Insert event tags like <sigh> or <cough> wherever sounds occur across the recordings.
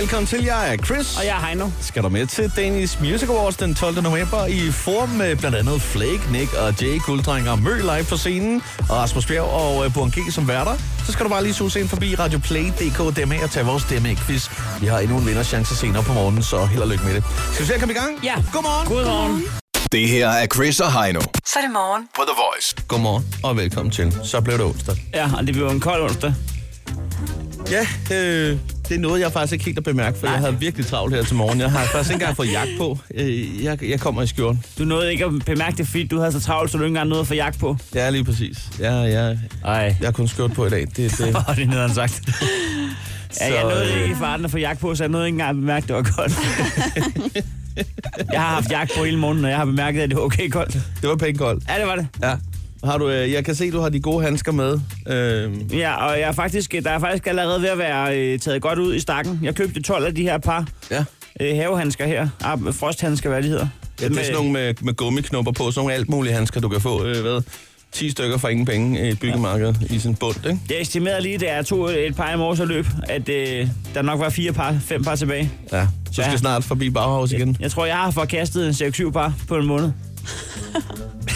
velkommen til. Jeg er Chris. Og jeg er Heino. Skal du med til Danish Music Awards den 12. november i form med blandt andet Flake, Nick og Jay Gulddreng og Mø live på scenen, og Rasmus Bjerg og øh, Burhan G som værter, så skal du bare lige suge ind forbi radioplay.dk DMA og tage vores DMA-quiz. Vi har endnu en vinderchance senere på morgenen, så held og lykke med det. Skal vi se at komme i gang? Ja. Godmorgen. Godmorgen. Det her er Chris og Heino Så er det morgen. på The Voice. Godmorgen og velkommen til. Så blev det onsdag. Ja, og det blev en kold onsdag. Ja, øh, det er noget, jeg faktisk ikke helt at bemærke, for Nej. jeg havde virkelig travlt her til morgen. Jeg har faktisk ikke engang fået jagt på. Øh, jeg, jeg kommer i skjorten. Du nåede ikke at bemærke det, fordi du havde så travlt, så du ikke engang nåede at få jagt på. Ja, lige præcis. Ja, ja. <laughs> Ej, Jeg har kun skjort på i dag. Det, <laughs> det. hvor er det nederen sagt. Ja, jeg Så, nåede øh, ikke i farten at få jagt på, så jeg nåede ikke engang at bemærke, at det var <laughs> koldt. jeg har haft jagt på hele morgenen, og jeg har bemærket, at det var okay koldt. det var pænt koldt. Ja, det var det. Ja. Har du, øh, jeg kan se, du har de gode handsker med. Øh, Ja, og jeg er faktisk, der er faktisk allerede ved at være øh, taget godt ud i stakken. Jeg købte 12 af de her par ja. øh, havehandsker her. Ah, frosthandsker, hvad de hedder. ja. Det er sådan nogle med, med gummiknopper på, sådan nogle alt mulige handsker, du kan få. Øh, hvad? 10 stykker for ingen penge øh, i byggemarkedet i sådan en bund, ikke? Jeg estimerede lige, da jeg tog et par i morges og løb, at øh, der nok var fire par, fem par tilbage. Ja. Så skal Ja. snart forbi Bauhaus <laughs> igen. Jeg tror, jeg har forkastet en 6-7 par på en måned.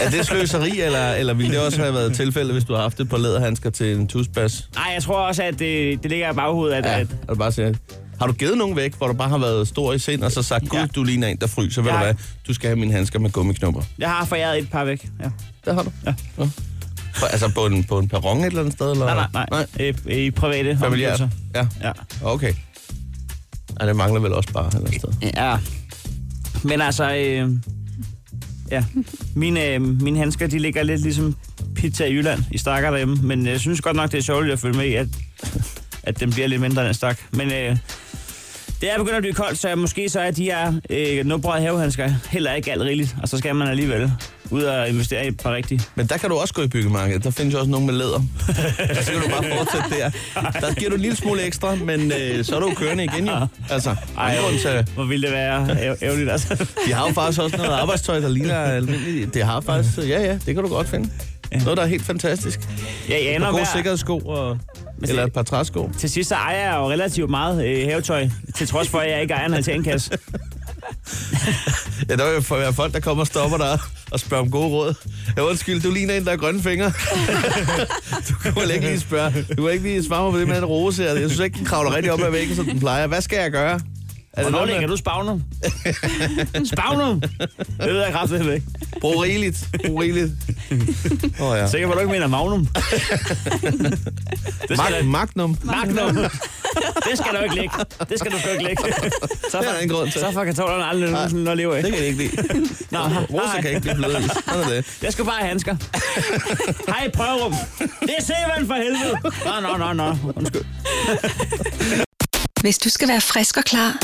Er det sløseri, eller, eller ville det også have været tilfældet, hvis du har haft det på læderhandsker til en tusbas? Nej, jeg tror også, at øh, det, det ligger i baghovedet, at, ja. at Og du bare siger, har du givet nogen væk, hvor du bare har været stor i sind, og så sagt, gud, Ja. du ligner en, der fryser, ved Ja. du hvad, du skal have mine handsker med gummiknopper. jeg har foræret et par væk. Ja. Der har du. Ja. ja. For, altså på en, på en perron et eller andet sted? Eller? Nej, nej, nej. nej. Øh, I private Familiært? omgivelser. Ja. Ja. Okay. Ej, det mangler vel også bare et eller andet sted. ja. Men altså, øh, ja. Mine, øh, mine handsker, de ligger lidt ligesom pizza i Jylland, i stakker derhjemme. Men jeg synes godt nok, det er sjovt at følge med i, at, at den bliver lidt mindre end en stak. Men øh, det er begyndt at blive koldt, så måske så er de her øh, nubrede havehandsker heller ikke alt rigeligt. Og så skal man alligevel ud og investere i et par rigtige. Men der kan du også gå i byggemarkedet. Der findes jo også nogen med læder. Der skal du bare fortsætte der. Der giver du en lille smule ekstra, men øh, så er du jo kørende igen jo. Altså, Ej, til, Hvor ville det være æ- ærgerligt, altså. de har jo faktisk også noget arbejdstøj, der ligner almindeligt. Det har faktisk, ja ja, det kan du godt finde. Noget, der er helt fantastisk. Jeg Et par aner gode hver. sikkerhedssko, og, eller et par træsko. Til sidst så ejer jeg jo relativt meget øh, havetøj, til trods for, at jeg ikke ejer en altankasse. Ja, der vil jo være folk, der kommer og stopper dig og spørger om gode råd. Ja, undskyld, du ligner en, der har grønne fingre. <laughs> du kan vel ikke lige spørge. Du kan ikke lige svare mig på det med en rose her. Jeg synes ikke, den kravler rigtig op ad væggen, som den plejer. Hvad skal jeg gøre? Er Hvornår noget lægger med- du spagnum? <laughs> spagnum? Det ved jeg kraftigt ikke. Brug rigeligt. Brug <laughs> rigeligt. Åh oh, ja. Sikker på, at du ikke mener magnum? Det skal Mag- du, Magnum. magnum. Det skal du ikke lægge. Det skal du sgu ikke <laughs> lægge. Så Det er der ingen grund til. så får kartoflerne aldrig nogensinde noget lever af. Det kan jeg ikke lide. Nå, Rose kan nej. ikke blive blød. i. Sådan er det. Jeg skal bare have handsker. Hej, prøverum. Det er Sevan for helvede. Nå, nå, nå, nå. Undskyld. Hvis du skal være frisk og klar,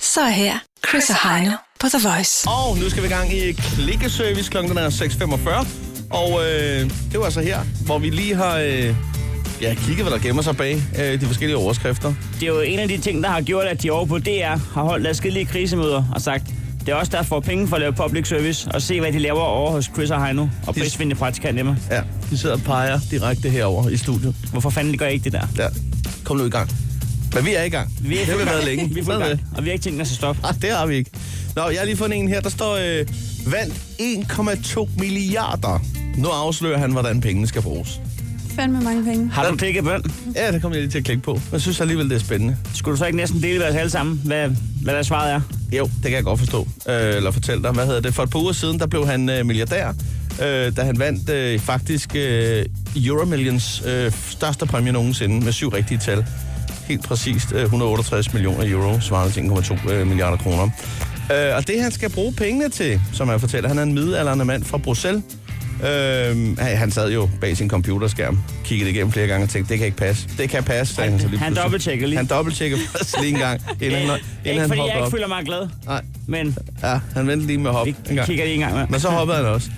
så er her Chris, og Heino på The Voice. Og nu skal vi i gang i klikkeservice. Klokken er 6.45. Og øh, det var så her, hvor vi lige har øh, ja, kigget, hvad der gemmer sig bag øh, de forskellige overskrifter. Det er jo en af de ting, der har gjort, at de over på DR har holdt adskillige krisemøder og sagt, det er os, der får penge for at lave public service, og se, hvad de laver over hos Chris og Heino, og De- prisvindende praktikant Emma. Ja, de sidder og peger direkte herover i studiet. Hvorfor fanden gør I ikke det der? Ja. Kom nu i gang. Men vi er i gang. Vi det har vi fuld været gang. længe. Vi Sådan er fuld er gang, det. og vi har ikke tænkt os at stoppe. Ah, det har vi ikke. Nå, jeg har lige fundet en her, der står øh, vandt 1,2 milliarder. Nu afslører han, hvordan pengene skal bruges. Fandme mange penge. Har du klikket bøn? Ja, det kommer jeg lige til at klikke på. Jeg synes alligevel, det er spændende. Skulle du så ikke næsten dele med os alle sammen, hvad, hvad der svaret er? Jo, det kan jeg godt forstå. Øh, eller fortælle dig, hvad hedder det? For et par uger siden, der blev han øh, milliardær, øh, da han vandt øh, faktisk øh, Euromillions øh, største præmie nogensinde med syv rigtige tal. Helt præcist øh, 168 millioner euro, svarende til 1,2 øh, milliarder kroner. Øh, og det, han skal bruge pengene til, som jeg fortæller, han er en midaldrende mand fra Bruxelles. Øh, han sad jo bag sin computerskærm, kiggede det igennem flere gange og tænkte, det kan ikke passe. Det kan passe, sagde han, så lige han pludselig. dobbelttjekkede lige. Han dobbelttjekkede <laughs> først lige en gang, inden han, inden ikke han fordi hoppede jeg ikke op. føler mig glad, Nej, men Ja, han vendte lige med hop vi en gang. kigger lige en gang med. Men så hoppede han også.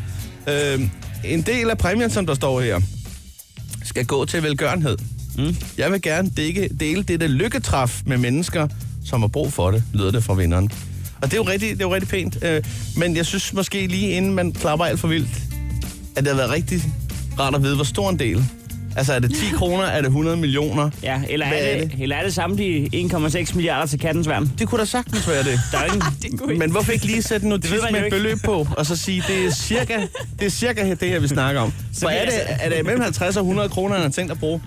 Øhm, en del af præmien, som der står her, skal gå til velgørenhed. Mm. Jeg vil gerne dække, dele dette lykketræf med mennesker, som har brug for det, lyder det fra vinderen. Og det er jo rigtig, det er jo rigtig pænt, øh, men jeg synes måske lige inden man klapper alt for vildt, at det har været rigtig rart at vide, hvor stor en del Altså, er det <laughs> 10 kroner? Er det 100 millioner? Ja, eller Hvad er, er det, det? eller er det samme de 1,6 milliarder til kattens værn? Det kunne da sagtens være <laughs> det. Der er jo ingen... <laughs> Men hvorfor ikke lige sætte en notis ved man med jo et ikke. beløb på, og så sige, det er cirka det, er cirka det her, vi snakker om. For kan er jeg det, altså- er det mellem 50 og 100 kroner, han har tænkt at bruge,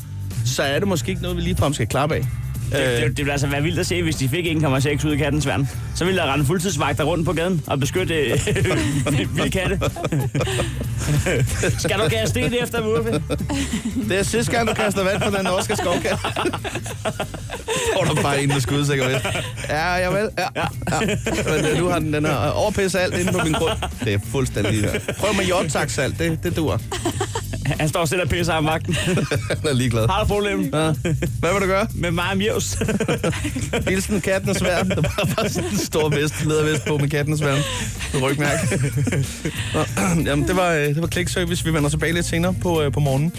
så er det måske ikke noget, vi ligefrem skal klappe af. Det, Øh, det, det ville altså være vildt at se, hvis de fik 1,6 ud af kattens værn. Så ville der rende fuldtidsvagter rundt på gaden og beskytte øh, <laughs> vilde katte. Skal du kaste det efter, Muffe? det er sidste gang, du kaster vand på den norske skovkat. <laughs> Får du bare en, der skyder sikkert ved. Ja, javel. Ja, ja. Men øh, nu har den, den her overpisse alt inde på min grund. Det er fuldstændig her. Prøv med jordtaksalt, det, det dur. Han står selv og pisser af magten. Han er ligeglad. Har du problemer Ja. Hvad vil du gøre? med mig og Mjøs? Hilsen katten og sværden. Der var bare sådan en stor vest, ledervest på med katten og sværden. Du rygmærke. Nå, Jamen, det var, øh, det var klikservice. Vi vender tilbage lidt senere på, øh, på morgenen.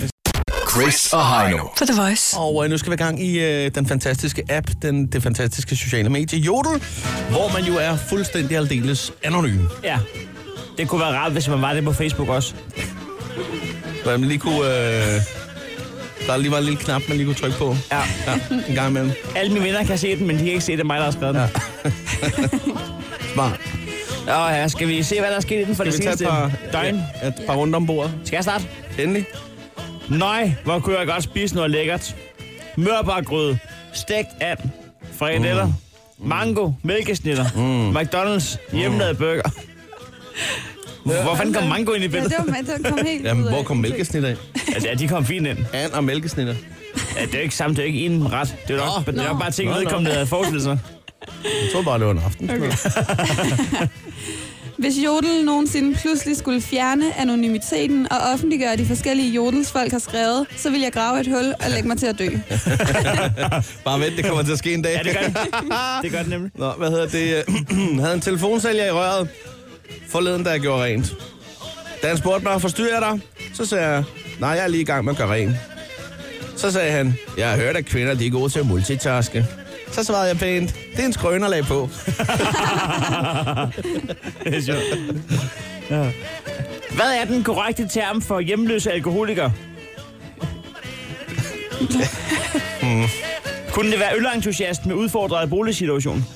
Chris og Heino. På The Voice. Og øh, nu skal vi i gang i øh, den fantastiske app, den, det fantastiske sociale medie Jodel, hvor man jo er fuldstændig aldeles anonym. Ja. Det kunne være rart, hvis man var det på Facebook også. Så man lige kunne... Øh, der lige var en lille knap, man lige kunne trykke på. Ja. Ja, en gang imellem. Alle mine venner kan se den, men de kan ikke se, det er mig, der har skrevet den. Ja. Smart. Ja. ja, skal vi se, hvad der er sket inden for Skal vi det tage et seneste par, døgn? ja, et par rundt om bordet? Skal jeg starte? Endelig. Nej, hvor kunne jeg godt spise noget lækkert. Mørbargrød, stegt and, frikadeller, mm. mango, mælkesnitter, mm. McDonald's, hjemmelavet burger. Hvor fanden kom mango ind i Ja, det billedet? var, den kom helt Jamen, ud af- hvor kom mælkesnitter ind? Altså, ja, de kom fint ind. And og mælkesnitter. Ja, det er jo ikke samme, det er jo ikke en ret. Det er jo nok, Nå. det er nok bare ting, Nå, nå. vedkommende havde forestillet sig. Jeg troede bare, det var en aften. Okay. Hvis Jodel nogensinde pludselig skulle fjerne anonymiteten og offentliggøre de forskellige Jodels folk har skrevet, så vil jeg grave et hul og lægge mig til at dø. <laughs> Bare vent, det kommer til at ske en dag. Ja, det gør <laughs> det. Det gør det nemlig. Nå, hvad hedder det? <clears throat> havde en telefonsælger i røret forleden, da jeg gjorde rent. Da han spurgte mig, forstyrrer jeg dig? Så sagde jeg, nej, jeg er lige i gang med at gøre rent. Så sagde han, jeg har hørt, at kvinder de er gode til at multitaske. Så svarede jeg pænt, det er en skrønerlag på. <laughs> Det er sjovt. Ja. Hvad er den korrekte term for hjemløse alkoholikere? Kunne det være ølentusiast med udfordret boligsituation?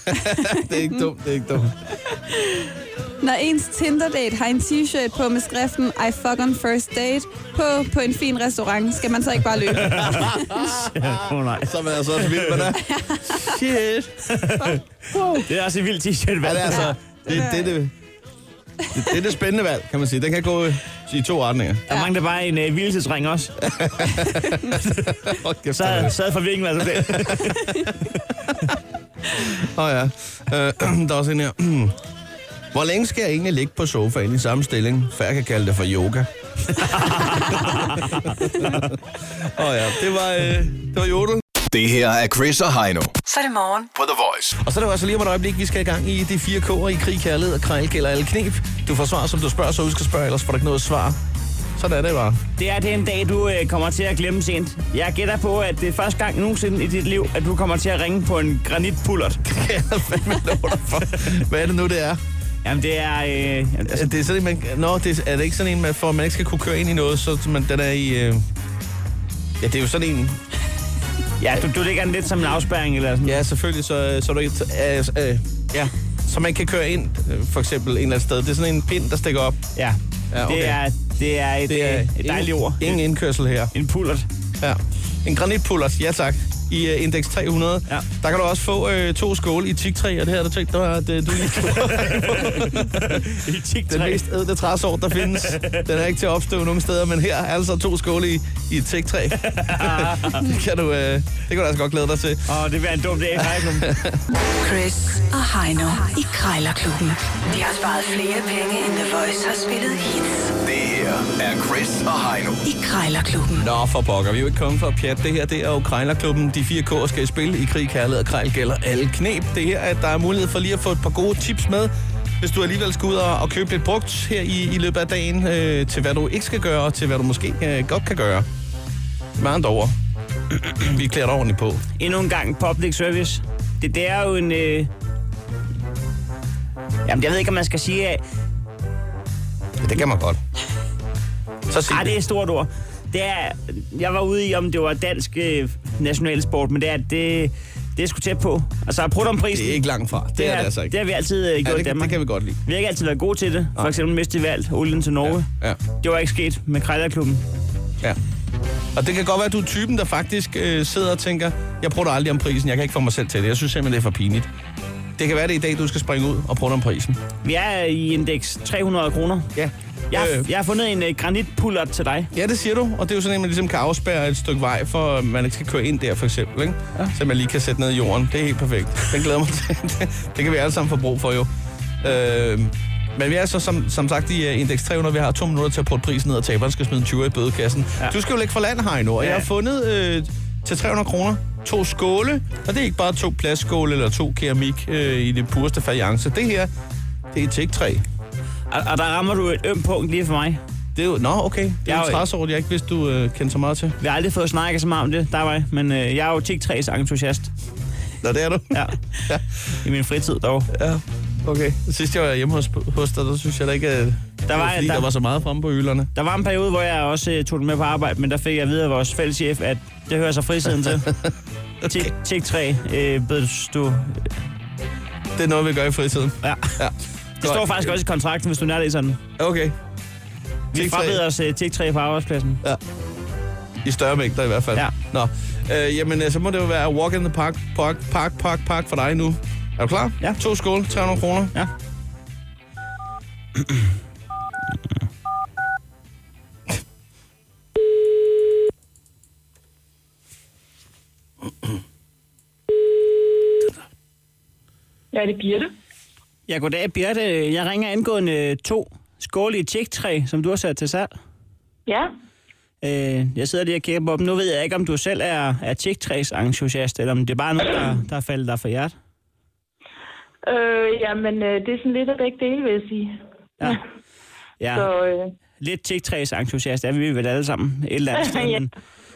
<laughs> Det er ikke dumt, det er ikke dumt. Når ens Tinder-date har en t-shirt på med skriften I fuck on first date på på en fin restaurant, skal man så ikke <laughs> bare løbe? Åh <laughs> oh, nej. Så er man altså også vild med det. Shit. <laughs> Det er også et vildt t-shirt, Ja, hvad? det er altså, det, det, det, det, det er det spændende valg, kan man sige. Den kan gå i to retninger. Der mangler bare en øh, hvilesesring også. Hold kæft, Så det er- havde så havde forvirringen <laughs> altså det. Åh oh, ja. Øh, <clears throat> der er også en her. <clears throat> Hvor længe skal jeg egentlig ligge på sofaen i samme stilling, før jeg kan kalde det for yoga? <laughs> Åh oh, ja, det var, øh, det var jodel. Det her er Chris og Heino. Så er det morgen. På The Voice. Og så er det jo altså lige om et øjeblik, vi skal i gang i de fire K'er i krig, kærlighed og krejl, gælder alle knep. Du får svar, som du spørger, så husk at spørge, ellers får du ikke noget svar. Sådan er det bare. <laughs> Det er den dag, du øh, kommer til at glemme sent. Jeg gætter på, at det er første gang nogensinde i dit liv, at du kommer til at ringe på en granitpullert. Kan jeg fandme love dig for. Hvad er det nu, det er? Jamen, det er... Øh, jamen, altså, Altså, det er, sådan, en, man, nå, det, er- er det ikke sådan en, man, for at man ikke skal kunne køre ind i noget, så man, den er i... Øh... Ja, det er jo sådan en, ja, du, du ligger den lidt som en afspærring eller sådan. Ja, selvfølgelig, så, så, er du, ikke- øh, øh, ja. så man kan køre ind, øh, for eksempel, en eller anden sted. Det er sådan en pind, der stikker op. Ja. Ja, ja okay. okay. Det er, det er et, Det er øh, et dejligt ingen, ord. Ingen indkørsel her. En pullert. Ja. En granitpullert, ja tak, i uh, indeks 300. Ja. Der kan du også få øh, to skåle i teaktræ, og det her, der tænkte du, at øh, du lige tog I <laughs> tic den mest ædle træsort, der findes. Den er ikke til at opstøve nogen steder, men her er altså to skåle i, i et teaktræ. det, kan du, øh, det kan du altså godt glæde dig til. Åh, det bliver en dum dag. Hej, Klum. <laughs> Chris og Heino i Krejlerklubben. De har sparet flere penge, end The Voice har spillet hits Det her er Chris og Heino. i Krejlerklubben. Nå, for pokker. Vi er jo ikke kommet for at pjatte. Det her, det er jo Krejlerklubben. De fire K'er skal i spil i krig, kærlighed og krejl gælder alle knep. Det her, at der er mulighed for lige at få et par gode tips med, hvis du alligevel skal ud og, og købe lidt brugt her i, i løbet af dagen, øh, til hvad du ikke skal gøre, og til hvad du måske øh, godt kan gøre. Med andre ord. <clears throat> Vi klæder dig ordentligt på. Endnu en gang public service. Det, det er jo en... Øh... Jamen, jeg ved ikke, om man skal sige... at- Ja, det kan man godt. Så sig Ej, Ah, det er et stort ord. det er, jeg var ude i, om det var dansk øh, nationalsport, men det er, det, det er sgu tæt på. Altså, prøv om prisen. Det er ikke langt fra. Det, det er det altså ikke. Det har vi altid øh, gjort ja, i det, Danmark. det kan vi godt lide. Vi har ikke altid været gode til det. For Nej. eksempel miste valg olien til Norge. Ja, ja. Det var ikke sket med Krejlerklubben. Ja. Og det kan godt være, at du er typen, der faktisk øh, sidder og tænker, jeg prøver aldrig om prisen, jeg kan ikke få mig selv til det. Jeg synes simpelthen, det er for pinligt. Det kan være, det er i dag, du skal springe ud og prøve om prisen. Vi er i indeks 300 kroner. Ja. Jeg, Øh, øh. jeg har fundet en øh, granitpullert til dig. Ja, det siger du. Og det er jo sådan, at man ligesom kan afspærre et stykke vej, for at man ikke skal køre ind der, for eksempel. Ikke? Ja. Så man lige kan sætte ned i jorden. Det er helt perfekt. Den glæder mig <laughs> til. Det, det kan vi alle sammen få brug for, jo. Øh, men vi er så som, som sagt i uh, Index 300. Vi har to minutter til at putte prisen ned, og taberen skal smide en 20 i bødekassen. Ja. Ja. Du skal jo lægge for land, Heino, og ja. Ja. jeg har fundet øh, til 300 kroner to skåle. Og det er ikke bare to plastskåle eller to keramik øh, i det pureste fajance. Det her, det er et tægtræ. Og, og der rammer du et ømt punkt lige for mig. Det er jo... Nå, okay. Det Jeg er er jo jo- 30 år, jeg ikke vidste, du øh, kendte så meget til. Vi har aldrig fået snakket så meget om det, der var jeg. Men øh, jeg er jo TikTræs entusiast. Nå, det er du. Ja. Ja. I min fritid dog. Ja, okay. Sidst jeg var hjemme hos, hos dig, der synes jeg da ikke, at der var, var- fordi, der... der- der var så meget fremme på ølerne. Der var en periode, hvor jeg også øh, tog den med på arbejde, men der fik jeg at vide af vores fælleschef, at det hører sig fritiden til. Tik- TikTræ øh, bød du Det er noget, vi gør i fritiden. Ja. Ja. Det står faktisk også i kontrakten, hvis du nærlæser sådan. Okay. Vi Tektræ. frabeder os uh, tech på arbejdspladsen. I større mængder i hvert fald. Ja. Nå. Øh, jamen, øh, så må det jo være walk in the park, park, park, park, park for dig nu. Er du klar? Ja. To skål, 300 kroner. Ja. Ja, det er Birte. Ja, goddag, Birte. Jeg ringer angående øh, to skåle i tjektræ, som du har sat til salg. Ja. Øh, jeg sidder lige og kigger på dem. Nu ved jeg ikke, om du selv er, er tjektræs entusiast, eller om det er bare noget, der, der er faldet dig for hjertet. Øh, jamen, øh, det er sådan lidt af begge dele, vil jeg sige. Ja. ja. Så, øh, Lidt tjektræs entusiast er vi vel alle sammen <laughs> et eller andet sted. Ja. men,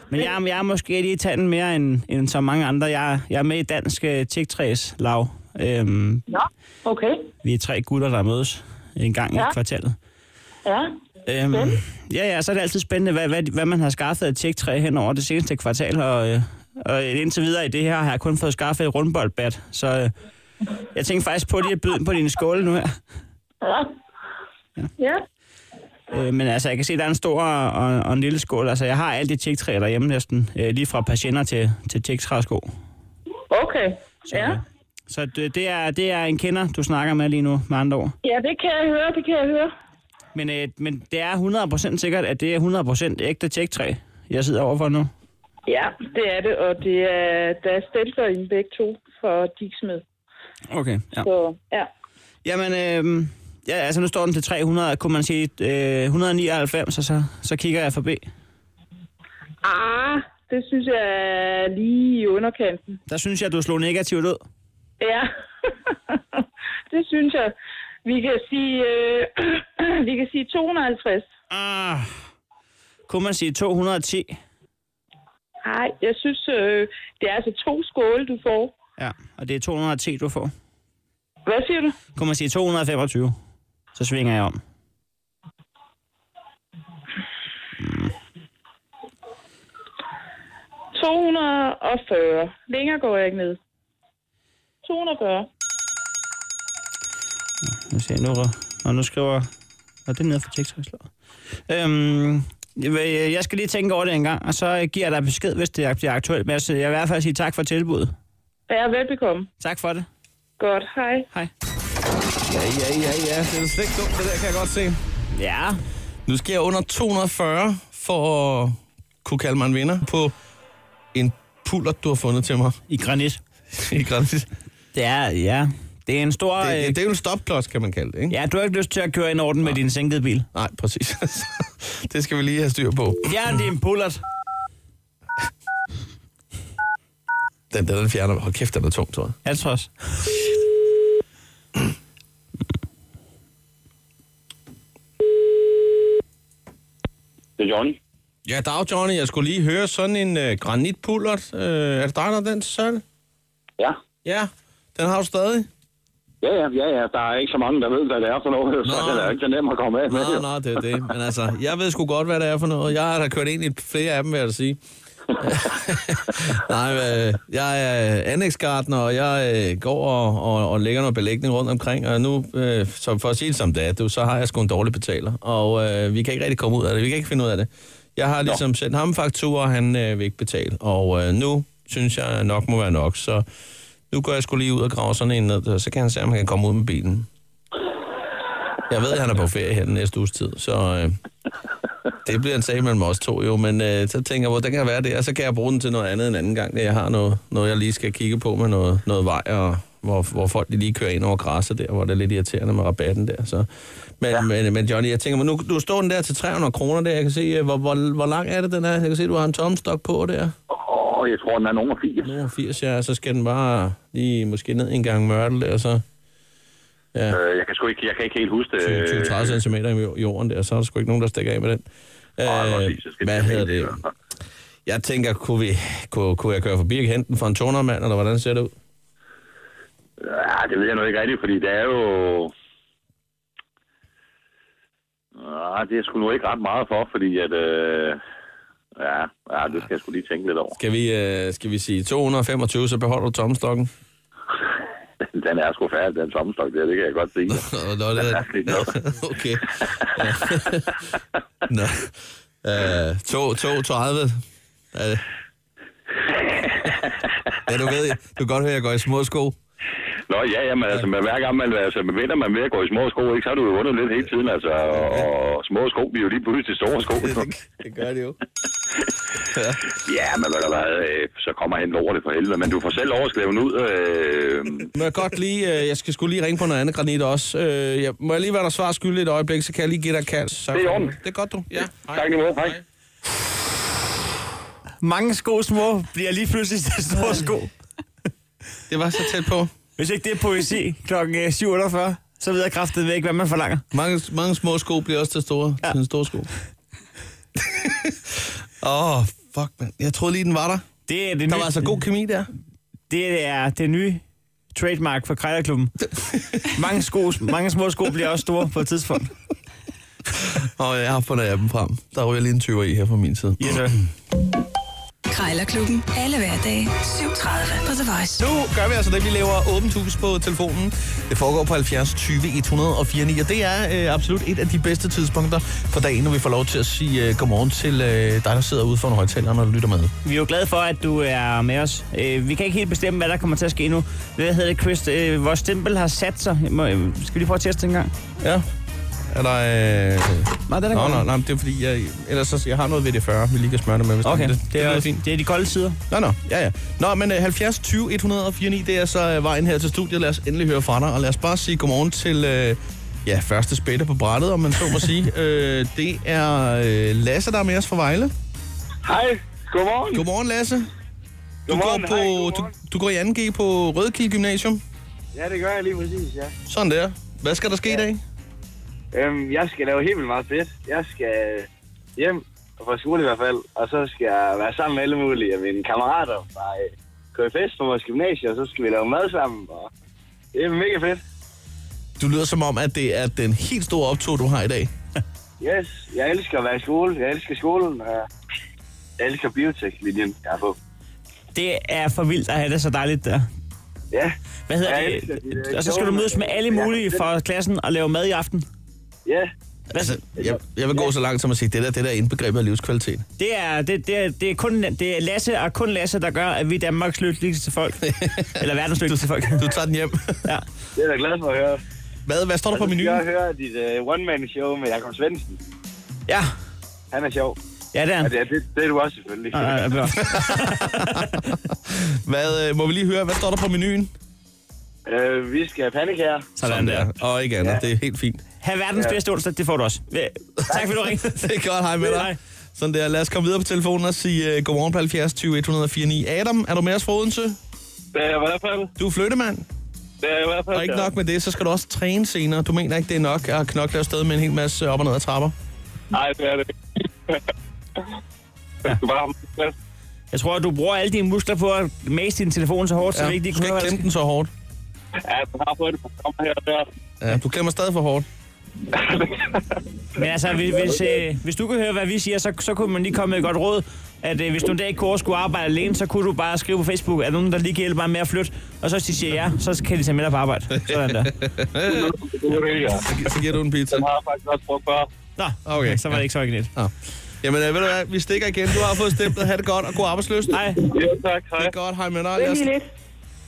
men jeg, er- jeg er måske lige i tanden mere end, end så mange andre. Jeg, er- jeg er med i Dansk Tjektræs Lav. Øhm, nå, okay. vi er tre gutter, der mødes en gang ja. Ja. i kvartalet. Ja, Øhm, ja, ja, så er det altid spændende, hvad, hvad, hvad man har skaffet af tjektræ hen over det seneste kvartal, og, øh, og indtil videre i det her har jeg kun fået skaffet et rundboldbat, så øh, jeg tænkte faktisk på lige at byde ind på dine skåle nu her. ja. Ja, Øh, men altså, jeg kan se, der er en stor og, og en lille skål. Altså, jeg har alt det tjektræ derhjemme næsten, øh, lige fra patienter til, til tjektræsko. okay. Så, Ja. øh, så det, det, er, det er en kender, du snakker med lige nu, med andre ord. ja, det kan jeg høre, det kan jeg høre. Men, øh, men det er 100% sikkert, at det er 100% ægte tjektræ, jeg sidder overfor nu. Ja, det er det, og det er, der er stelter i dem begge to for Diksmed. Okay, ja. Så ja, Jamen, øh, ja, altså nu står den til 300, kunne man sige øh, 199, og så, så kigger jeg forbi. ah, det synes jeg er lige i underkanten. Der synes jeg, du slog negativt ud. Ja, <laughs> det synes jeg. Vi kan sige, øh, <clears throat> vi kan sige 250. Ah, kunne man sige 210? Nej, jeg synes, øh, det er altså to skåle, du får. Ja, og det er 210, du får. Hvad siger du? Kunne man sige 225? Så svinger jeg om. Mm, 240. Længere går jeg ikke ned. 240. Nu ser jeg nu, og nu skriver... Og det er nede for tekstreslaget. Øhm, jeg vil- jeg skal lige tænke over det en gang, og så giver jeg dig besked, hvis det bliver aktuelt. Men jeg vil i hvert fald sige tak for tilbuddet. Vær velbekomme. Tak for det. Godt, hej. Hej. Ja, ja, ja, ja. Det er slet ikke dumt, det der kan jeg godt se. Ja, Nu skal jeg under 240 for at kunne kalde mig en vinder på en puller, du har fundet til mig <laughs> i granit. i gratis. Det er, ja. Det er en stor... Det, Det, det, det er jo en stopklods, kan man kalde det, ikke? Ja, du har ikke lyst til at køre ind over den med din sænkede bil. Nej, præcis. <laughs> det skal vi lige have styr på. Fjern din pullert. Den der, den fjerner. Hold kæft, den er tung, tror jeg. Jeg tror også. Det er Johnny. Ja, dag Johnny. Jeg skulle lige høre sådan en øh, granitpullert. Øh, er det dig, der er den til salg? Ja, Ja, den har du stadig. Ja, ja, ja, ja. Der er ikke så mange, der ved, hvad det er for noget. Så Nå. det er ikke så nemt at komme af med. Nå, nå, det er det. Men altså, jeg ved sgu godt, hvad det er for noget. Jeg har da kørt ind i flere af dem, vil jeg da sige. Nej, øh, jeg er anlægsgardner, og jeg øh, går og, og, og lægger noget belægning rundt omkring, og nu, øh, som for at sige det som det er, du, så har jeg sgu en dårlig betaler, og øh, vi kan ikke rigtig komme ud af det, vi kan ikke finde ud af det. Jeg har ligesom sendt ham fakturer, og han øh, vil ikke betale, og øh, nu synes jeg nok må være nok, så nu går jeg skulle lige ud og graver sådan en ned, og så kan han se, om han kan komme ud med bilen. Jeg ved, at han er på ferie her den næste uges tid, så øh, det bliver en sag mellem os to jo, men øh, så tænker jeg, hvor den kan være der, så kan jeg bruge den til noget andet en anden gang, da jeg har noget, noget jeg lige skal kigge på med noget, noget vej, og hvor, hvor folk de lige kører ind over græsset der, hvor det er lidt irriterende med rabatten der. Så. Men, ja. men, men Johnny, jeg tænker, men nu, du står den der til 300 kroner der, jeg kan se, øh, hvor, hvor, hvor lang er det den er? Jeg kan se, du har en tommestok på der. Åh, jeg tror, den er nogen af 80. Over 80, ja, så skal den bare lige måske ned en gang mørtel der, så Ja. Øh, jeg, kan sgu ikke, jeg kan ikke helt huske det. øh, 20-30 cm i jorden der, så er der sgu ikke nogen, der stikker af med den. Ej, Øh, præcis, så skal hvad vi have hedder en det? der. Jeg tænker, kunne, vi, kunne, kunne jeg køre forbi og hente den for en tonermand, eller hvordan ser det ud? Ja, det ved jeg nu ikke rigtigt, fordi det er jo... Ja, Ah, det er sgu nu ikke ret meget for, fordi at... Øh... Ja, ja, det skal jeg sgu lige tænke lidt over. <laughs> Skal vi, øh, skal vi sige 225, så beholder du <laughs> tommestokken? Den er sgu færdig, den tommestok der, det kan jeg godt se. <laughs> Nå, det er lidt noget. <laughs> okay. Ja. Nå. Øh, to- 230. Er <laughs> det- Ja, du ved, du kan godt høre, at jeg går i små sko. Nå ja, ja, men altså, men hver gang man, altså, man vinder man ved at gå i små sko, ikke, så har du jo vundet lidt hele tiden, altså, og, og små sko bliver jo lige pludselig til store sko. <laughs> Det gør det jo. <laughs> ja, men ved du hvad, øh, så kommer han over det for helvede, men du får selv lov at skrive den ud. Øh, Må jeg godt lige, øh, jeg skal skulle lige ringe på noget andet granit også. Øh, jeg, må jeg lige være der svar skyldig et øjeblik, så kan jeg lige give dig et kald. Så, Det er i orden. Det er godt, du. Ja, hej. tak lige måde, hej. Mange sko små bliver lige pludselig til store sko. Det var så tæt på. Hvis ikke det er poesi kl. 7.48, så ved jeg kraftet ikke, hvad man forlanger. Mange, mange små sko bliver også til store, ja. til en stor <laughs> sko. Åh, oh, fuck, mand. Jeg troede lige, den var der. Det er det, Der nye, var altså god kemi der. det, er det nye trademark for <laughs> Krejlerklubben. mange, sko, mange små sko bliver også store på et tidspunkt. Og jeg har fundet appen frem. Der ryger lige en 20'er i her fra min side. Yes, sir. Krejlerklubben. Alle hverdage 7.30 på The Voice. Nu gør vi altså det, vi laver åbent hus på telefonen. Det foregår på 70 20 104 9, og det er øh, absolut et af de bedste tidspunkter for dagen, når vi får lov til at sige øh, godmorgen til øh, dig, der sidder ude foran højtalerne og lytter med. Vi er jo glade for, at du er med os. Øh, vi kan ikke helt bestemme, hvad der kommer til at ske endnu. Hvad hedder det, Chris? Øh, vores stempel har sat sig. Må, øh, skal vi lige prøve at teste en gang? Ja. Er der... Øh... Nej, den er Nå, god. nej, nej, det er fordi, jeg, ellers så, jeg har noget ved det 40, vi lige kan smøre det med. Hvis Okay, det, det, lyder er, det er de kolde sider. Nå, nå, ja, ja. Nå, men øh, 70 20 104 9, det er så øh, vejen her til studiet. Lad os endelig høre fra dig, og lad os bare sige godmorgen til øh, ja, første spætte på brættet, om man så må <laughs> sige. Øh, det er øh, Lasse, der er med os fra Vejle. Hej, godmorgen. Godmorgen, Lasse. Du Godmorgen, går, på, hej, godmorgen. du, du går i 2G på Rødkilde Gymnasium. Ja, det gør jeg lige præcis, ja. Sådan der. Hvad skal der ske ja. i dag? Øhm, jeg skal lave helt vildt meget fedt. Jeg skal hjem fra skole i hvert fald, og så skal jeg være sammen med alle mulige af mine kammerater fra øh, KFS på vores gymnasie, og så skal vi lave mad sammen, og det er mega fedt. Du lyder som om, at det er den helt store optog, du har i dag. Yes, jeg elsker at være i skole, jeg elsker skolen, og jeg elsker biotech-linjen, jeg er på. Det er for vildt at have det så dejligt der. Ja, Hvad hedder Jeg elsker de det? der Og så skal du kjoler. mødes med alle mulige fra klassen og lave mad i aften. ja, Hvad, Altså, jeg, jeg vil gå så langt som at sige, det der, det der er indbegrebet af livskvalitet. det, er, det, det, er, det, er kun, det er Lasse og kun Lasse, der gør, at vi er Danmarks lykkeligste <laughs> folk. Eller verdens lykkeligste folk. Du tager den hjem. Ja. det er jeg da glad for at høre. Hvad, hvad står der på Og så skal menuen? Jeg hører dit uh, one-man-show med Jakob Svendsen. ja. Han er sjov. Ja, det er Ja, han. det, er, det, det er du også selvfølgelig. Ah, ah, ah, bra. Hvad, øh, må vi lige høre, hvad står der på menuen? Øh, vi skal have pandekager. Sådan der. Og ikke andet. Ja. Det er helt fint. Ha' verdens bedste onsdag, det får du også. Øh, Tak for du ringede. Det er godt. Hej med dig. Hej. Sådan der. Lad os komme videre på telefonen og sige uh, godmorgen på 70 20 104 9. Adam, er du med os fra Odense? Det er jeg i hvert fald. Du er flyttemand. Det er jeg i hvert fald. Og ikke nok med det, så skal du også træne senere. Du mener ikke, det er nok at knokle afsted med en hel masse op og ned ad trapper? Nej, det er <laughs> det ikke. Jeg skal bare have mig plads. Jeg tror, at du bruger alle dine muskler på at mase din telefon så hårdt, så vi ikke lige du kunne skal høre, ikke hvad der klemme den så hårdt. sker. Ja, du har fået det. Kom her og der. Ja, du klemmer stadig for hårdt. Men altså, hvis, hvis, øh, hvis du kan høre, hvad vi siger, så, så kunne man lige komme med et godt råd. At øh, hvis du en dag ikke kunne overskue at arbejde alene, så kunne du bare skrive på Facebook, er der nogen, der lige kan hjælpe mig med at flytte? Og så hvis de siger ja, så kan de tage med dig på arbejde. Sådan der. Det er det, ja. Så, gi- så giver du en pizza. Den har jeg faktisk også brugt før. Nå, Okay, så var det ikke så originelt. Nå. Jamen, øh, ved du hvad, vi stikker igen. Du har fået stemplet. Ha' det godt og god arbejdsløst. Nej, Ja, tak. Hej. Det er godt, hej med dig. Vent Lad os- lige lidt.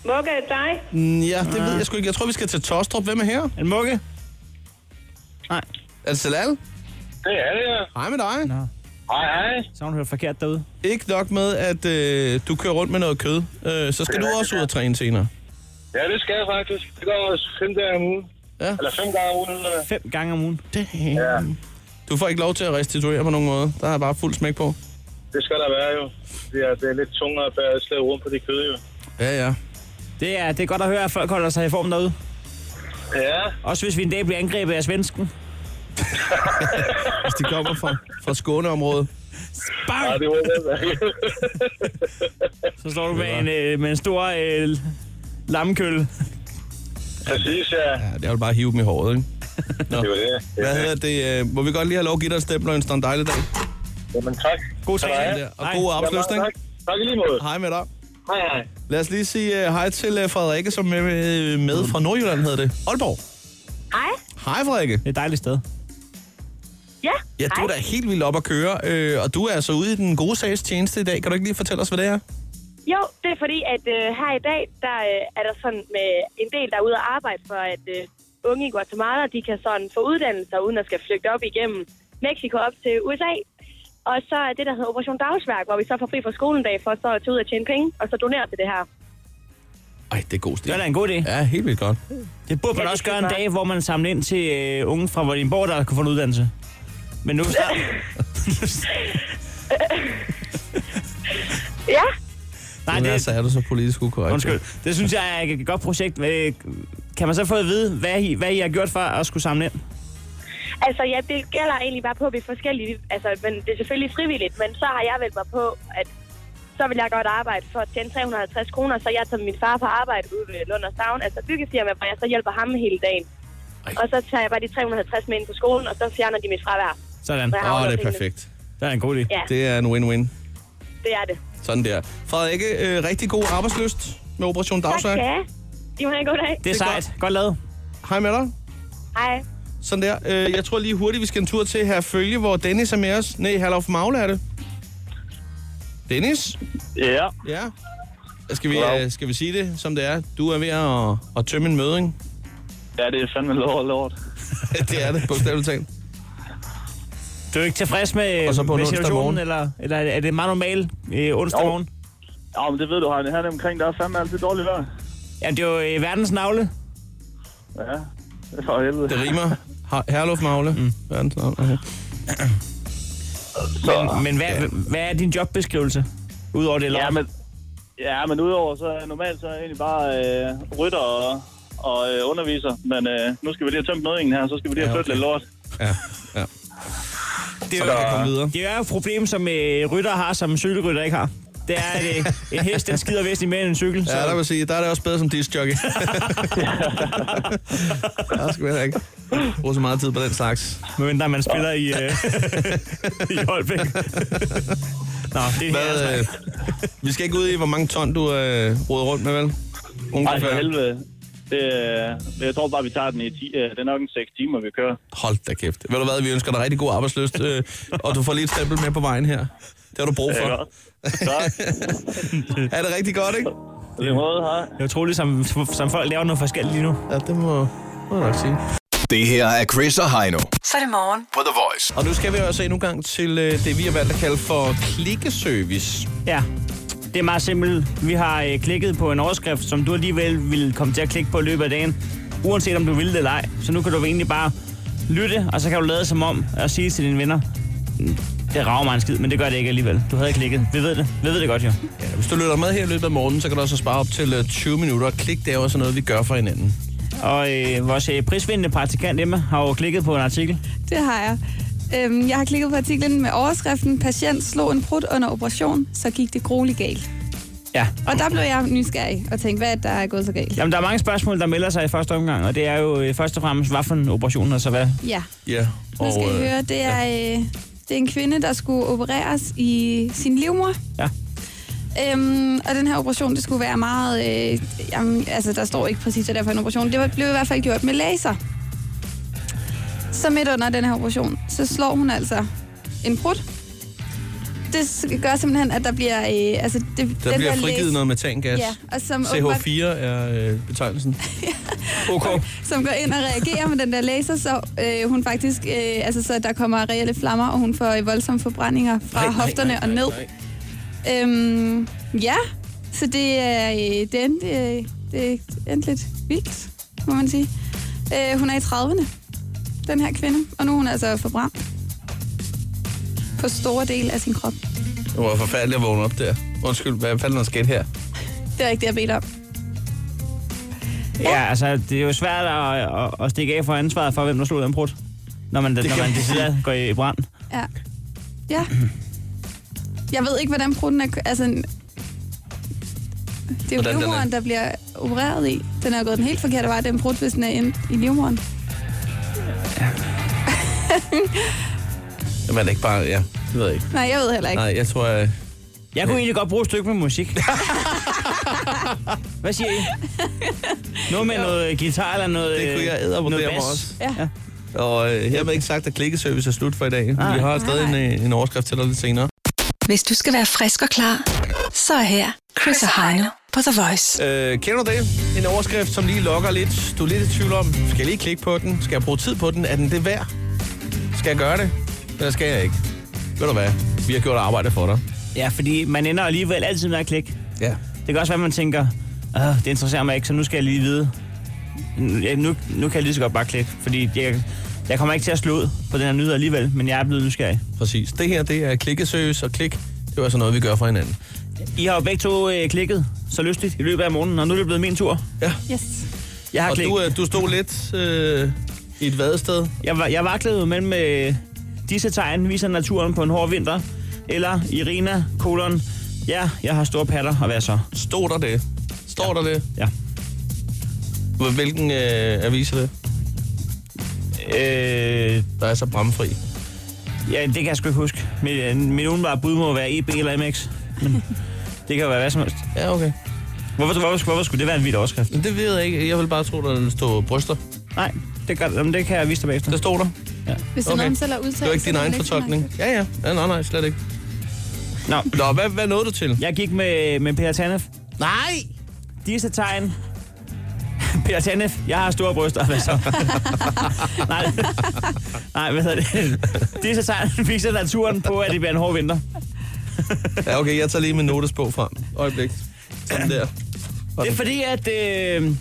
Mokka, er det dig? Mm, Ja, det ved jeg sgu ikke. Jeg tror, vi skal til Tostrup. Hvem er her? en mukke? Er det Salal? Det er det, ja. Hej med dig. Nå, Hej, hej. så har hun hørt forkert derude. Ikke nok med, at øh, du kører rundt med noget kød. Øh, så skal du også ud og træne senere. Ja, det skal jeg faktisk. Det går også fem dage om ugen. Ja. Eller fem gange om ugen. Eller hvad? Fem gange om ugen. Damn. Du får ikke lov til at restituere på nogen måde. Der er bare fuld smæk på. Det skal der være jo. Det er, det er lidt tungere at bære slag rundt på det kød jo. Ja, ja. Det er, det er godt at høre, at folk holder sig i form derude. Ja, Også hvis vi en dag bliver angrebet af svensken. Hvis de kommer fra, fra Skåneområdet. ja Bang! det var <laughs> det. Så står du med en, øh, med en stor øh, lammekølle. Præcis, ja. Ja, det er jo bare at hive dem i håret, ikke? Nå. Det var det. Hvad hedder det? Øh, må vi godt lige have lov at give dig et stempel og ønske dig en dejlig dag? Jamen tak. God Tak. træning. Der. Og Hej. god Ja, arbejdsløst, mange tak. ikke? Tak i lige måde. Hej med dig. Hej, hej. Lad os lige sige uh, hej til uh, Frederikke, som er med, med fra Nordjylland, hedder det. Aalborg. Hej. Hej, Frederikke. Det er et dejligt sted. Ja. Ja, du er da helt vildt op at køre, øh, og du er altså ude i den gode sags tjeneste i dag. Kan du ikke lige fortælle os, hvad det er? Jo, det er fordi, at øh, her i dag, der øh, er der sådan med en del, der er ude at arbejde for, at øh, unge i Guatemala, de kan sådan få uddannelser, uden at skal flygte op igennem Mexico op til USA. Og så er det, der hedder Operation Dagsværk, hvor vi så får fri fra skolen dag for så at tage ud og tjene penge, og så donere til det her. Ej, det er god stil. Det er da en god idé. Ja, helt vildt godt. Det burde man det også skal gøre en bare- dag, hvor man samler ind til øh, unge fra Vordingborg, der kunne få en uddannelse. Men nu <laughs> snart... Ja, Nej, Men det, altså, er du så politisk ukorrekt. undskyld. Det synes jeg er et godt projekt. Øh, Kan man så få at vide, hvad I, hvad I har gjort for at skulle samle ind? altså ja, det gælder egentlig bare på, at vi er forskellige. Altså, men det er selvfølgelig frivilligt, men så har jeg valgt mig på, at så vil jeg godt arbejde for at tjene 350 kroner, så jeg tager min far på arbejde ude ved Lund og Stavn, altså byggefirma, hvor jeg så hjælper ham hele dagen. Ej. Og så tager jeg bare de 350 med ind på skolen, og så fjerner de mit fravær. Sådan. Så jeg Åh, har oh, det er overpengene. perfekt. Det er en god idé. Ja, det, Det er en win-win. det er det. Sådan der. Frederikke, øh, rigtig god arbejdsløst med Operation Tak Dagsværk. skal I have. I må have en god dag. Det er Det er sejt. Godt lavet. Hej med dig. Hej. Sådan der. Øh, jeg tror lige hurtigt, vi skal en tur til her følge, hvor Dennis er med os. Nej, Herlof Magle er det. Dennis? Ja. Ja. Skal vi, Goddag. øh, skal vi sige det, som det er? Du er ved at, at tømme en møding. Ja, det er fandme lort, lort. <laughs> det er det, bogstaveligt talt. Du er ikke tilfreds med, Og så på en med onsdag morgen. situationen, eller, eller er det meget normalt øh, onsdag Jo. morgen? Ja, men det ved du, Heine. Her omkring, der er fandme altid dårligt vejr. Jamen, det er jo øh, verdens navle. Ja, det er for helvede. Det rimer. Her- Herluf Magle. Mm. Verdensnavn. Okay. Men, men hvad, hvad er din jobbeskrivelse? Udover det lort? Ja, men, ja, men udover så er jeg- normalt så er jeg egentlig bare øh, rytter og, og øh, underviser. Men øh, nu skal vi lige have tømt mødingen her, så skal vi lige have Ja, flyttet okay. lidt lort. Ja, ja. det, er Så jo, kan Ah. vi komme videre. det er jo et problem, som øh, rytter har, som cykelrytter ikke har. Det er, at øh, en hest, den skider væsentligt mere end en cykel. Ja, der vil jeg sige, der er det også bedre som discjockey. der skal vi heller ikke bruge så meget tid på den slags. Men der man spiller i, <laughs> øh, <laughs> i Holbæk. Nå, det er her, Hvad, altså. øh, vi skal ikke ud i, hvor mange ton du øh, roder rundt med, vel? Ej, for Ungefær. helvede. Det, øh, jeg tror bare, vi tager den i 10, øh, det er nok en 6 timer, vi kører. Hold da kæft. Ved du hvad, vi ønsker dig rigtig god arbejdsløst, øh, og du får lige et stempel med på vejen her. Det har du brug Det er for. godt. Tak. <laughs> Er det rigtig godt, ikke? I lige måde, hej. Det er utroligt, som, som folk laver noget forskelligt lige nu. Ja, det må, må jeg nok sige. Det her er Chris og Heino Så er det morgen. på The Voice. Og nu skal vi også endnu en gang til øh, det, vi har valgt at kalde for klikkeservice. Ja, det er meget simpelt. Vi har øh, klikket på en overskrift, som du alligevel ville komme til at klikke på i løbet af dagen, uanset om du ville det eller ej. Så nu kan du egentlig bare lytte, og så kan du lade som om og sige til dine venner, "Mm, det rager mig en skid, men det gør det ikke alligevel. Du havde klikket. Vi ved det. Vi ved det godt jo. Ja, hvis du lytter med her i løbet af morgenen, så kan du også spare op til øh, 20 minutter. Klik, det er jo også noget, vi gør for hinanden. Og øh, vores øh, prisvindende praktikant Emma har jo klikket på en artikel. Det har jeg. Øhm, jeg har klikket på artiklen med overskriften Patient slog en prut under operation, så gik det grueligt galt. Ja. Og der blev jeg nysgerrig og tænkte, hvad er det, der er gået så galt? Jamen, der er mange spørgsmål, der melder sig i første omgang, og det er jo øh, først og fremmest, hvad for en operation, og så hvad? Ja, Ja. nu skal øh, I høre, det er, øh, det er en kvinde, der skulle opereres i sin livmor. Ja. Øhm, og den her operation, det skulle være meget... Øh, jamen, altså, der står ikke præcis, hvad det er for en operation. Det var- blev i hvert fald gjort med laser. Så midt under den her operation, så slår hun altså en prut. Det s- gør simpelthen, at der bliver... Øh, altså, det, den Der bliver frigivet læs- noget metangas. Ja, og som, åbenbart- CH4 er øh, <laughs> betegnelsen. OK. som går ind og reagerer med den der laser, så øh, hun faktisk, øh, altså så der kommer reelle flammer, og hun får øh, voldsomme forbrændinger fra nej, hofterne nej, nej, og ned. Øhm, ja, så det er, øh, det, er end, øh, det er endelig lidt vildt, må man sige. Øh, hun er i 30'erne, den her kvinde, og nu er hun altså forbrændt på store del af sin krop. Det var forfærdeligt at vågne op der. Undskyld, hvad fanden er der sket her? Det er ikke det, jeg bedte om. Ja, altså, det er jo svært at, at, at stikke af for ansvaret for, hvem der slog den brud, når man, når man decideret går i brand. Ja. Ja. Jeg ved ikke, hvordan prutten er... kø- Altså, en- det er Hvordan jo den er? livmoderen, der bliver opereret i. Den er jo gået den helt forkerte vej, den brud, hvis den er inde i livmoderen. Jamen, er det ikke bare... Ja, det ved jeg ikke. Nej, jeg ved heller ikke. Nej, jeg tror, jeg... Jeg kunne egentlig godt bruge et stykke med musik. <laughs> Hvad siger I? Noget med noget guitar eller noget... Det kunne jeg øh, ædervurdere noget mig bas. også. Ja. Og øh, hermed ikke sagt, at klikkeservice er slut for i dag. Nej. Vi har stadig en, øh, en overskrift til dig lidt senere. Hvis du skal være frisk og klar, så er her Chris og Heino på The Voice. Øh, kender du det? En overskrift, som lige lokker lidt. Du er lidt i tvivl om, skal jeg lige klikke på den? Skal jeg bruge tid på den? Er den det værd? Skal jeg gøre det? Eller skal jeg ikke? Ved du hvad? Vi har gjort arbejde for dig. Ja, fordi man ender alligevel altid med at klikke. Ja. Det kan også være, at man tænker, Åh, det interesserer mig ikke, så nu skal jeg lige vide. Ja, nu, nu kan jeg lige så godt bare klikke, fordi jeg, jeg kommer ikke til at slå ud på den her nyhed alligevel, men jeg er blevet nysgerrig. Præcis. Det her, det er klikkeservice og klik. Det er altså noget, vi gør for hinanden. I har jo begge to øh, klikket så lystigt i løbet af morgenen, og nu er det blevet min tur. Ja. Yes. Jeg har Og klikket. du, øh, du stod lidt øh, i et vadested. Jeg, va- jeg vaklede mellem øh, disse tegn, viser naturen på en hård vinter, eller Irina, kolon, ja, jeg har store patter, og hvad så? Stod der det? Står ja. der det? Ja. Hvor- Hvilken øh, avis er det, Øh, der er så bramfri? ja, det kan jeg sgu ikke huske. Mit, mit udenbare bud må være EB eller MX, men <laughs> det kan jo være hvad som helst. Ja, okay. Hvorfor, hvorfor, hvorfor skulle det være en vild overskrift? Men det ved jeg ikke. Jeg vil bare tro, der stod bryster. Nej, det, gør, jamen, det kan jeg vise dig bagefter. Der stod der. Hvis det er Okay. noget, man selv har udtalt. Det var ikke din så er egen ikke så fortolkning. mærkeligt. Ja, ja. ja nej, nej, slet ikke. Nå, Nå, hvad, hvad nåede du til? jeg gik med, med Peter Tanef. Nej! Disse tegn. <laughs> Peter Tanef, jeg har store bryster. Hvad så? <laughs> Nej, nej, hvad hedder det? Disse tegn <laughs> viser naturen på, at det bliver en hård vinter. Ja, okay, jeg tager lige min notesbog frem. Øjeblik. Sådan der. Det er fordi, at øh,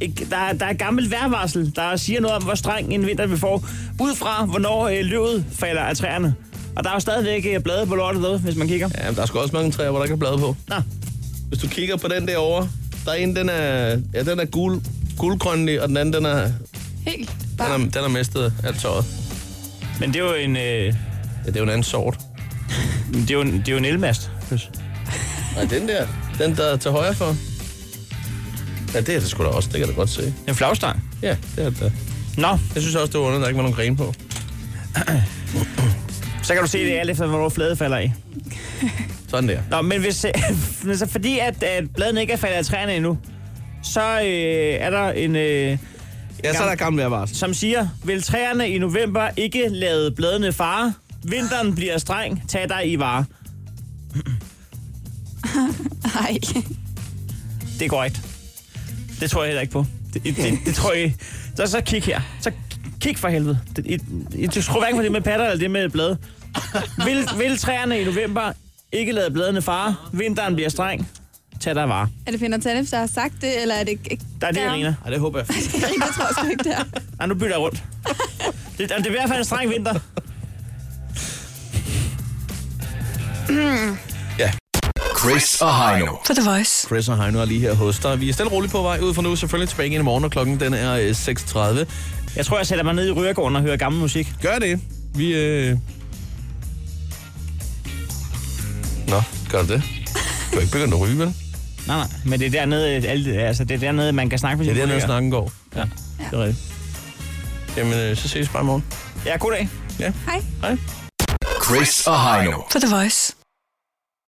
ikke- der, er- der er et gammelt vejrvarsel, der siger noget om, hvor streng en vinter vi får, ud fra, hvornår øh, løvet falder af træerne. Og der er jo stadigvæk øh, blade på lortet derude, hvis man kigger. Ja, men der er sgu også mange træer, hvor der ikke er blade på. Nå, Hvis du kigger på den derovre, der er en, den er, ja, den er gul, gulgrønlig, og den anden, den er, Helt. den er, Bare. den er mistet alt tøjet. men det er jo en... Øh, Ja, det er jo en anden sort. Men Det er jo en, det er jo en elmast. Nej, den der. Den, der er til højre for. Ja, det er det sgu da også. Det kan jeg da godt se. En flagstang. Ja, det er det da. Nå, Jeg synes også, det var underligt, at der ikke var nogen gren på. så kan du se det alt efter, hvornår flade falder af. Sådan der. Nå, men hvis, <laughs> men så fordi at, at bladene ikke er faldet af træerne endnu, så øh, er der en, øh, Ja, så er der gammel vejrvarsel. som siger, vil træerne i november ikke lade bladene fare? Vinteren bliver streng, tag dig i vare. Nej. <laughs> Det er korrekt. Det tror jeg heller ikke på. Det, det, det, det tror jeg Så, så kig her. Så kig for helvede. Det, I, I, du skruer hverken på det med patter eller det med blade. Vil, vil træerne i november ikke lade bladene fare? Vinteren bliver streng. Tag dig vare. Er det Peter Tanef, der har sagt det, eller er det ikke... Der er det, Ja. Irina. Ej, det <laughs> håber jeg faktisk. Jeg tror sgu ikke, det er. Ej, nu bytter jeg rundt. Det, det er i hvert fald en streng vinter. Chris og Heino. På The Voice. Chris og Heino er lige her hos dig. Vi er stille og roligt på vej ud for nu. Selvfølgelig tilbage igen i morgen, og klokken den er øh, 6.30. Jeg tror, jeg sætter mig ned i rygergården og hører gammel musik. Gør det. Vi... Øh... Nå, gør du det? Du er ikke begyndt at ryge, vel? Nej, nej. Men det er dernede, øh, alle, altså, det er dernede man kan snakke med Det er sine der, når kollegaer. snakken går. Ja, det er rigtigt. Jamen, øh, så ses vi bare i morgen. Ja, goddag. Ja. Hej. Hej. Chris og Heino. På The Voice.